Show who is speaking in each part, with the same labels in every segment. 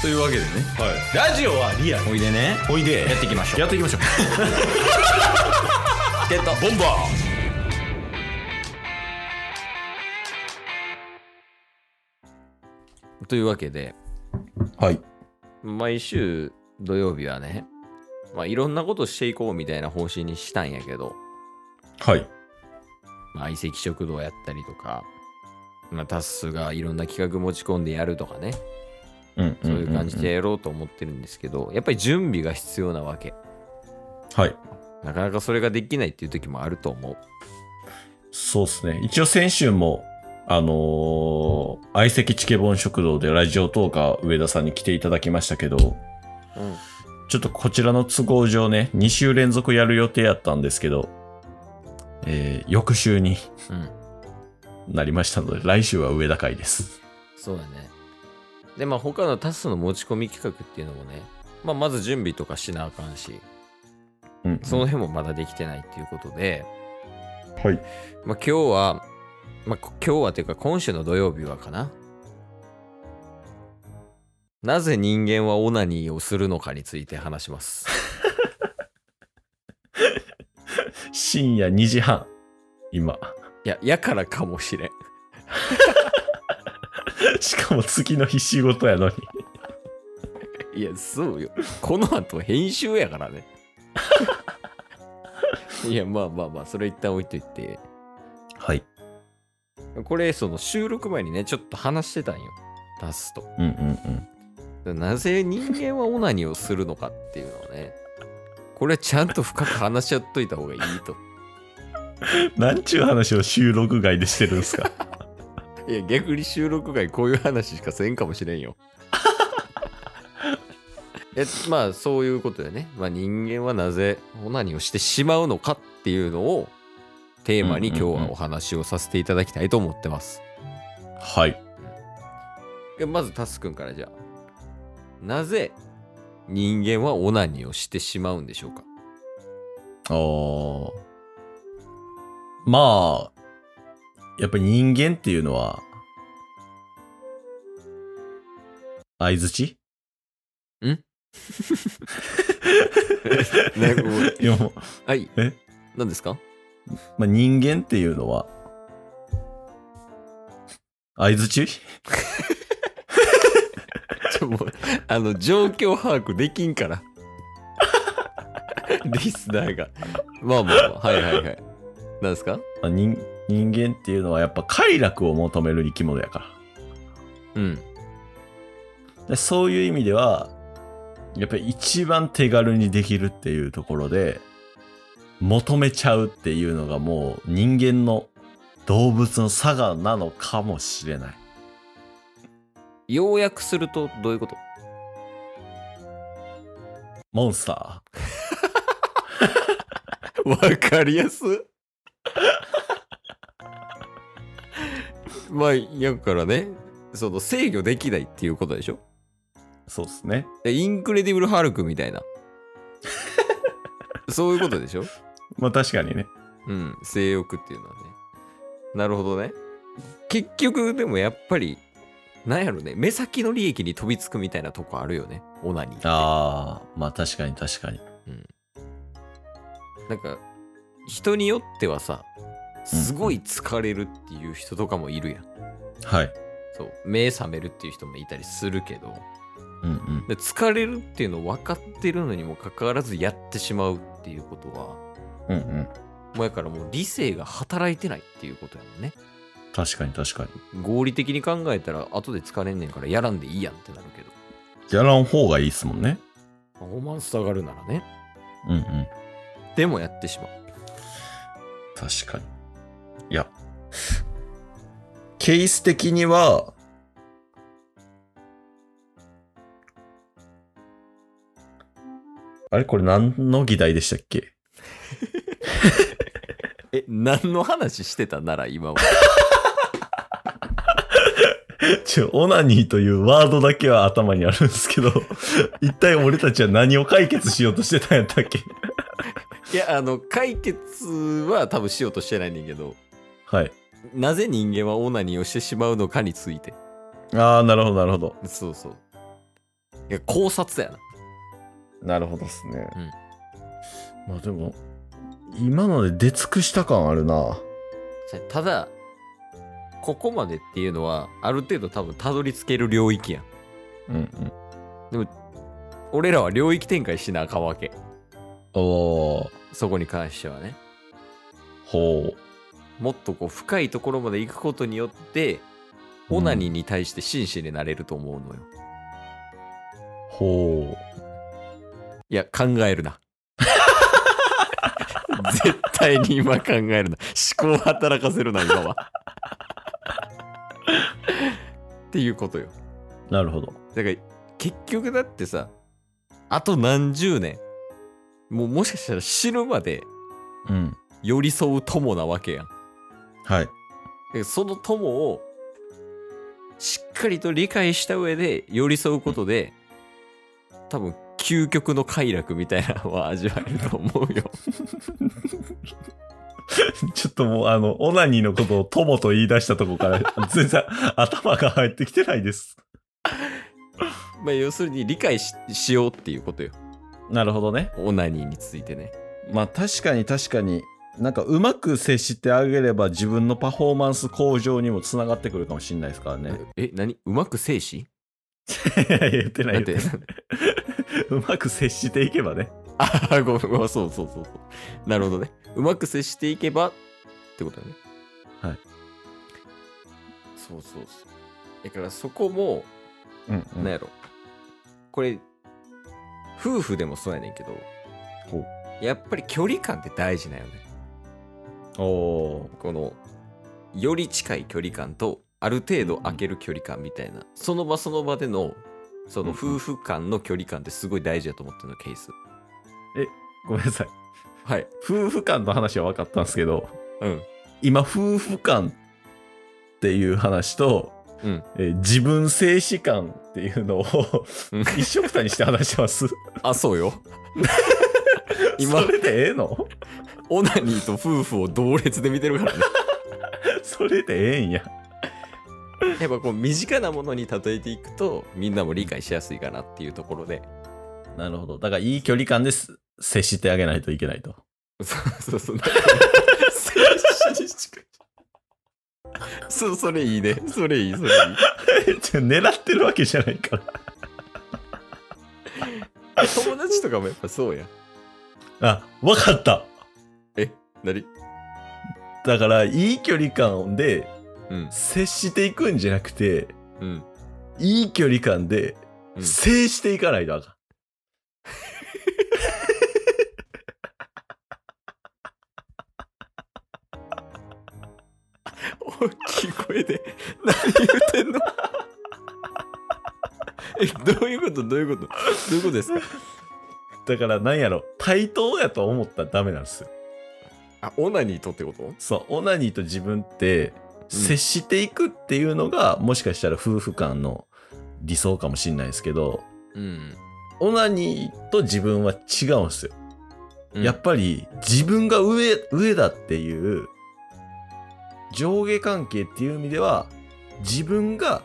Speaker 1: というわけでね
Speaker 2: はい、ラジオはリアル
Speaker 1: おいでね
Speaker 2: おいで
Speaker 1: やっていきましょう
Speaker 2: やって いきましょう
Speaker 1: ゲット
Speaker 2: ボンバ
Speaker 1: というわけで
Speaker 2: ーはい
Speaker 1: 毎週土曜日はねまあいろんなことしていこうみたいな方針にしたんやけど
Speaker 2: はい
Speaker 1: まあ相席食堂やったりとかまあタッスがいろんな企画持ち込んでやるとかね
Speaker 2: うん
Speaker 1: そういう感じでやろうと思ってるんですけどやっぱり準備が必要なわけ
Speaker 2: はい
Speaker 1: なかなかそれができないっていう時もあると思う
Speaker 2: そうですね一応先週もあのー相席チケボン食堂でラジオトーカー上田さんに来ていただきましたけど
Speaker 1: うん
Speaker 2: ちょっとこちらの都合上ね2週連続やる予定やったんですけどえー、翌週に
Speaker 1: うん
Speaker 2: なりましたので来週は上田会です
Speaker 1: そうだね。で、まあ他のタスの持ち込み企画っていうのもね、まあまず準備とかしなあかんし、
Speaker 2: うん
Speaker 1: その辺もまだできてないっていうことで、
Speaker 2: はい
Speaker 1: まあ今日は、まあこ今日はというか今週の土曜日はかな。なぜ人間はオナニーをするのかについて話します。
Speaker 2: 深夜2時半今
Speaker 1: いや、やからかもしれん。
Speaker 2: しかも次の日仕事やのに
Speaker 1: いや、そうよ。この後編集やからね。いや、まあまあまあ、それ一旦置いといて。
Speaker 2: はい
Speaker 1: これその収録前にねちょっと話してたんよ出すと
Speaker 2: うんうんうん
Speaker 1: なぜ人間はオナニーをするのかっていうのをねこれはちゃんと深く話し合っといた方がいいと
Speaker 2: なんちゅう話を収録外でしてるんです か
Speaker 1: いや逆に収録外こういう話しかせんかもしれん よえまあそういうことでね、まあ、人間はなぜオナニーをしてしまうのかっていうのをテーマに今日はお話をさせていただきたいと思ってます、
Speaker 2: はい
Speaker 1: えまずタスくんからじゃあなぜ人間はオナニーをしてしまうんでしょうか
Speaker 2: あーまあ、やっぱり人間っていうのは、相づち
Speaker 1: ねもう
Speaker 2: いやもう
Speaker 1: はい
Speaker 2: え
Speaker 1: 何ですか
Speaker 2: まあ、人間っていうのは、相づち
Speaker 1: ちょもうあの状況把握できんからリスナーがまあまあ、まあ、はいはいはい何ですか
Speaker 2: まあ人人間っていうのはやっぱ快楽を求める生き物やから。
Speaker 1: うん
Speaker 2: でそういう意味では、やっぱり一番手軽にできるっていうところで、求めちゃうっていうのがもう人間の動物の差がなのかもしれない。
Speaker 1: 要約するとどういうこと
Speaker 2: モンスタ
Speaker 1: わかりやす まあやからねその制御できないっていうことでしょ
Speaker 2: ー。そうですね。
Speaker 1: でインクレディブル・ハルクみたい な。そういうことでしょ
Speaker 2: まあ確かにね。
Speaker 1: うん、性欲っていうのはね。なるほどね。結局、でもやっぱり、なんやろね、目先の利益に飛びつくみたいなとこあるよね、オナニーって。
Speaker 2: ああ、まあ確かに確かに。
Speaker 1: なんか、人によってはさ、すごい疲れるっていう人とかもいるやん。
Speaker 2: はい。
Speaker 1: そう、目覚めるっていう人もいたりするけど、
Speaker 2: うんうん。
Speaker 1: で疲れるっていうの分かってるのにもかかわらずやってしまうっていうことは、
Speaker 2: うんうん。
Speaker 1: もうやからもう理性が働いてないっていうことやもんね。
Speaker 2: 確かに確かに。
Speaker 1: 合理的に考えたら後で疲れんねんからやらんでいいやんってなるけど。
Speaker 2: やらん方がいいっすもんね。
Speaker 1: パフォーマンス上がるならね。
Speaker 2: うんうん。
Speaker 1: でもやってしまう。
Speaker 2: 確かに。いや。ケース的には、あれこれ何の議題でしたっけ
Speaker 1: え、何の話してたなら今は。
Speaker 2: ちょ、オナニーというワードだけは頭にあるんですけど、 一体俺たちは何を解決しようとしてたんやったっけ
Speaker 1: いや、あの、解決は多分しようとしてないねんけど、
Speaker 2: はい。
Speaker 1: なぜ人間はオナニーをしてしまうのかについて。
Speaker 2: ああ、なるほど、なるほど。
Speaker 1: そうそう。いや考察やな
Speaker 2: なるほどですね。まあでも、今ので出尽くした感あるな。
Speaker 1: それただここまでっていうのはある程度多分たどり着ける領域やん
Speaker 2: うんうん。
Speaker 1: 俺らは領域展開しなあかんわけ
Speaker 2: おー、
Speaker 1: そこに関してはね
Speaker 2: ほ
Speaker 1: もっとこう深いところまで行くことによってオナニーに対して真摯になれると思うのよ、
Speaker 2: う。ほ
Speaker 1: いや考えるな絶対に今考えるな思考を働かせるな今はっていうことよ
Speaker 2: う。なるほど。
Speaker 1: だから結局だってさあと何十年もうもしかしたら死ぬまで
Speaker 2: うん。
Speaker 1: 寄り添う友なわけやんだか
Speaker 2: はい。
Speaker 1: らその友をしっかりと理解した上で寄り添うことで多分究極の快楽みたいなのは味わえると思うよ
Speaker 2: ちょっともう、あの、オナニーのことを友と言い出したとこから、 全然頭が入ってきてないです。
Speaker 1: まあ要するに理解ししようっていうことよ
Speaker 2: なるほどね。
Speaker 1: オナニーについてね
Speaker 2: まあ確かに確かに、なんかうまく接してあげれば自分のパフォーマンス向上にもつながってくるかもしれないですからね。
Speaker 1: え何うまく精子
Speaker 2: いやいや 言ってな
Speaker 1: ないんて
Speaker 2: 言ってない うまく接していけばね。
Speaker 1: あごめんう わそうそうそうそうなるほどねうまく接していけばってことだね
Speaker 2: はい
Speaker 1: そうそうそうだからそこも
Speaker 2: うん、う
Speaker 1: なんやろ、これ夫婦でもそうやねんけど
Speaker 2: ほう
Speaker 1: やっぱり距離感って大事なんよね
Speaker 2: お
Speaker 1: このより近い距離感とある程度開ける距離感みたいなその場その場でのその
Speaker 2: うんうん
Speaker 1: 夫婦間の距離感ってすごい大事だと思ってるのケース
Speaker 2: ごめんなさい。
Speaker 1: はい
Speaker 2: 夫婦間の話は分かったんですけど、
Speaker 1: うん
Speaker 2: 今、夫婦間っていう話と、
Speaker 1: うん
Speaker 2: えー自分静止感っていうのを
Speaker 1: うん
Speaker 2: 一緒くたにして話して ます。
Speaker 1: あそうよ今
Speaker 2: それでええの
Speaker 1: オナニーと夫婦を同列で見てる からね
Speaker 2: それでええんや。
Speaker 1: やっぱこう身近なものに例えていくとみんなも理解しやすいかなっていうところで
Speaker 2: なるほど。だからいい距離感です接してあげないといけない と。
Speaker 1: そうそう そうそうそれいいねそれいいそれいい
Speaker 2: ちょ狙ってるわけじゃないから。
Speaker 1: 友達とかもやっぱそうやん
Speaker 2: あ、分かった。
Speaker 1: え何
Speaker 2: だからいい距離感で
Speaker 1: うん
Speaker 2: 接していくんじゃなくて、
Speaker 1: うん
Speaker 2: いい距離感で
Speaker 1: うん
Speaker 2: 制していかないとあかん。
Speaker 1: 大きい声で何言ってんの えどういうことどういうことどういうことですか
Speaker 2: だからなんやろ、対等やと思ったらダメなんですよ。
Speaker 1: あオナニーとってこと
Speaker 2: そう、オナニーと自分って接していくっていうのが、もしかしたら夫婦間の理想かもしれないですけど、
Speaker 1: うん
Speaker 2: オナニーと自分は違うんですよ。
Speaker 1: うん
Speaker 2: やっぱり自分が上、上だっていう上下関係っていう意味では自分が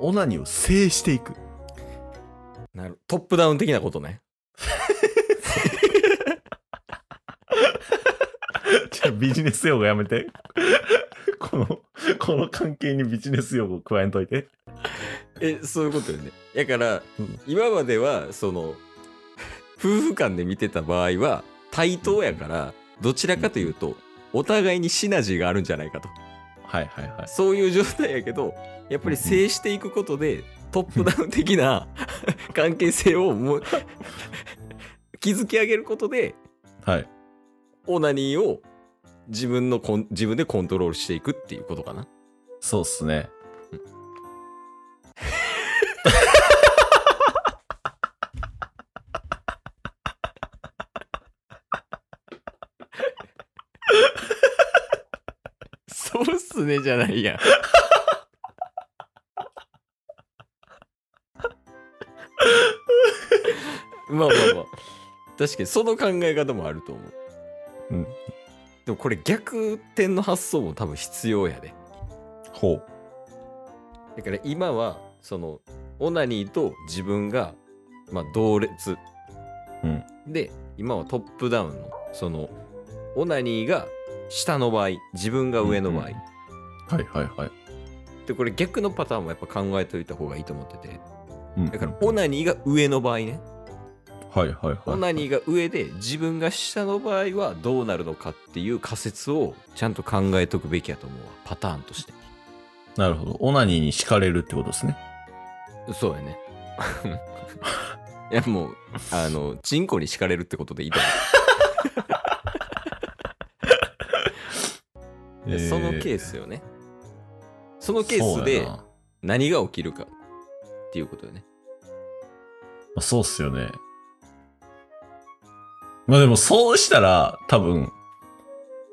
Speaker 2: オナニーを制していく。
Speaker 1: なるトップダウン的なことね
Speaker 2: じゃあビジネス用語やめて。 この、この関係にビジネス用語加えんといて。
Speaker 1: えそういうことよねだから、
Speaker 2: うん
Speaker 1: 今まではその夫婦間で見てた場合は対等やからどちらかというとお互いにシナジーがあるんじゃないかと
Speaker 2: はいはいはい。
Speaker 1: そういう状態やけどやっぱり制していくことでトップダウン的な関係性をもう築き上げることで
Speaker 2: はい。
Speaker 1: オナニーを自分のコン自分でコントロールしていくっていうことかな。
Speaker 2: そうっすね。
Speaker 1: そうっすねじゃないやん。まあまあまあ確かにその考え方もあると思う。
Speaker 2: うん
Speaker 1: でもこれ逆転の発想も多分必要やで。
Speaker 2: ほう。
Speaker 1: だから今はそのオナニーと自分が、まあ、同列、
Speaker 2: うん
Speaker 1: で今はトップダウンのそのオナニーが下の場合自分が上の場合、
Speaker 2: うんうんはいはいはい。
Speaker 1: でこれ逆のパターンもやっぱ考えておいた方がいいと思ってて
Speaker 2: うん
Speaker 1: だからオナニーが上の場合ね
Speaker 2: はいはいはい。
Speaker 1: オナニーが上で自分が下の場合はどうなるのかっていう仮説をちゃんと考えとくべきやと思うわパターンとして
Speaker 2: なるほど。オナニーに敷かれるってことですね。
Speaker 1: そうやね いやもうあのチンコに敷かれるってことでいいと思うでそのケー
Speaker 2: ス
Speaker 1: スよね。そのケースで
Speaker 2: ま
Speaker 1: 何が起きるかっていうことよね。
Speaker 2: あそうっすよね。まあでもそうしたら多分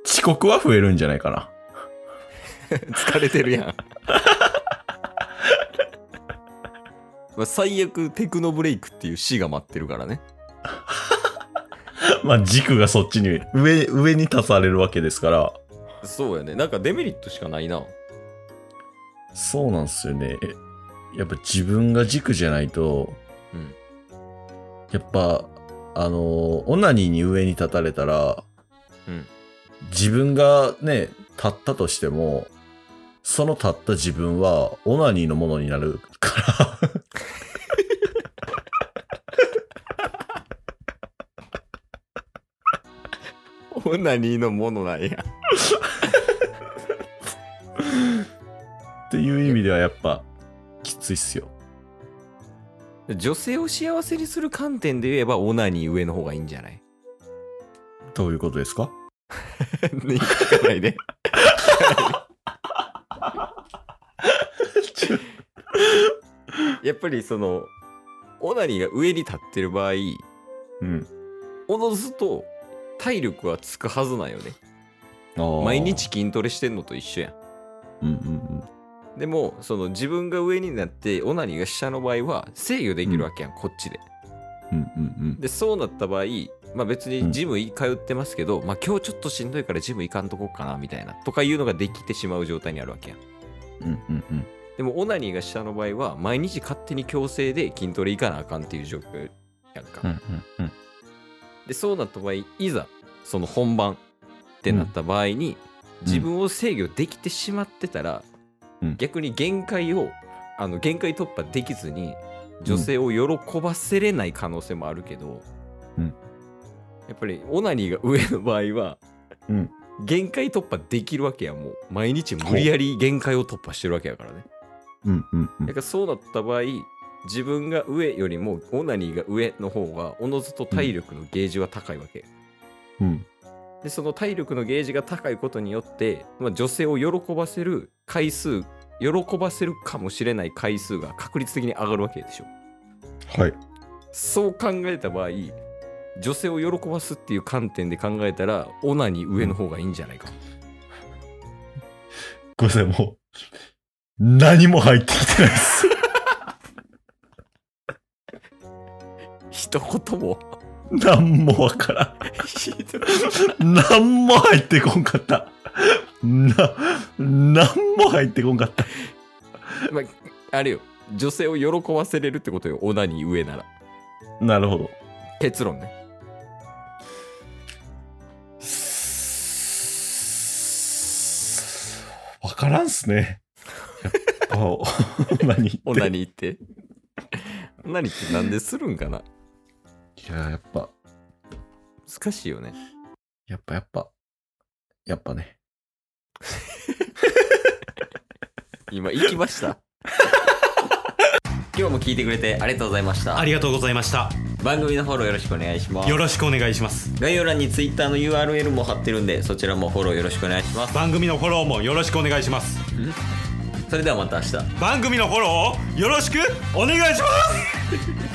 Speaker 2: 遅刻は増えるんじゃないかな。
Speaker 1: 疲れてるやん。 まあ最悪テクノブレイクっていう死が待ってるからね。
Speaker 2: まあ軸がそっちに上上に立たれるわけですから。
Speaker 1: そうやね。なんかデメリットしかないな。
Speaker 2: そうなんですよね。やっぱ自分が軸じゃないと、
Speaker 1: うん
Speaker 2: やっぱ、あのー、オナニーに上に立たれたら、
Speaker 1: うん
Speaker 2: 自分がね、立ったとしても、その立った自分は、オナニーのものになるから。
Speaker 1: オナニーのものなんや。
Speaker 2: っていう意味ではやっぱ、きついっすよ。
Speaker 1: 女性を幸せにする観点で言えばオナニー上の方がいいんじゃない
Speaker 2: どういうことですか
Speaker 1: ね聞かないで。やっぱりその、オナニーが上に立ってる場合、
Speaker 2: うん。
Speaker 1: おのずと体力はつくはずなんよね
Speaker 2: あー
Speaker 1: 毎日。筋トレしてんのと一緒や
Speaker 2: うんうんうん。
Speaker 1: んでもその自分が上になってオナニーが下の場合は制御できるわけやん、こっちで
Speaker 2: うんうん
Speaker 1: でそうなった場合まあ別にジム通ってますけど、まあ今日ちょっとしんどいからジム行かんとこうかなみたいなとかいうのができてしまう状態にあるわけやん
Speaker 2: うん。うんうんうん。
Speaker 1: でもオナニーが下の場合は毎日勝手に強制で筋トレ行かなあかんっていう状況やんか、
Speaker 2: うんうん
Speaker 1: でそうなった場合いざその本番ってなった場合に、
Speaker 2: ん
Speaker 1: 自分を制御できてしまってたら、
Speaker 2: うん
Speaker 1: 逆に限界をあの限界突破できずに女性を喜ばせれない可能性もあるけど、
Speaker 2: うん
Speaker 1: やっぱりオナニーが上の場合は、
Speaker 2: うん
Speaker 1: 限界突破できるわけやもう毎日無理やり限界を突破してるわけやからね。
Speaker 2: うんうんうん
Speaker 1: だからそうなった場合自分が上よりもオナニーが上の方がおのずと体力のゲージは高いわけ。
Speaker 2: うん。
Speaker 1: でその体力のゲージが高いことによって、まあ、女性を喜ばせる回数喜ばせるかもしれない回数が確率的に上がるわけでしょ
Speaker 2: はい。
Speaker 1: そう考えた場合女性を喜ばすっていう観点で考えたらオナに上の方がいいんじゃないか、
Speaker 2: ごめんなさい、もう、何も入ってきてないです。
Speaker 1: 一言も
Speaker 2: 何もわから
Speaker 1: ひどい
Speaker 2: ん。何も入ってこんかった。な、何も入ってこんかった。
Speaker 1: まああれよ女性を喜ばせれるってことよオナに上なら
Speaker 2: なるほど。
Speaker 1: 結論ね
Speaker 2: わからんっすね。やっぱ、 お何言って
Speaker 1: オナにってオナにってなんでするんかない
Speaker 2: や、やっぱ、
Speaker 1: 難しいよね
Speaker 2: やっぱやっぱ、やっぱね。
Speaker 1: 今行きました 今日も聞いてくれてありがとうございました
Speaker 3: ありがとうございました。
Speaker 1: 番組のフォローよろしくお願いします
Speaker 3: よろしくお願いします。
Speaker 1: 概要欄に Twitter の URL も貼ってるんでそちらもフォローよろしくお願いします
Speaker 3: 番組のフォローもよろしくお願いします。
Speaker 1: それではまた明日
Speaker 3: 番組のフォローをよろしくお願いします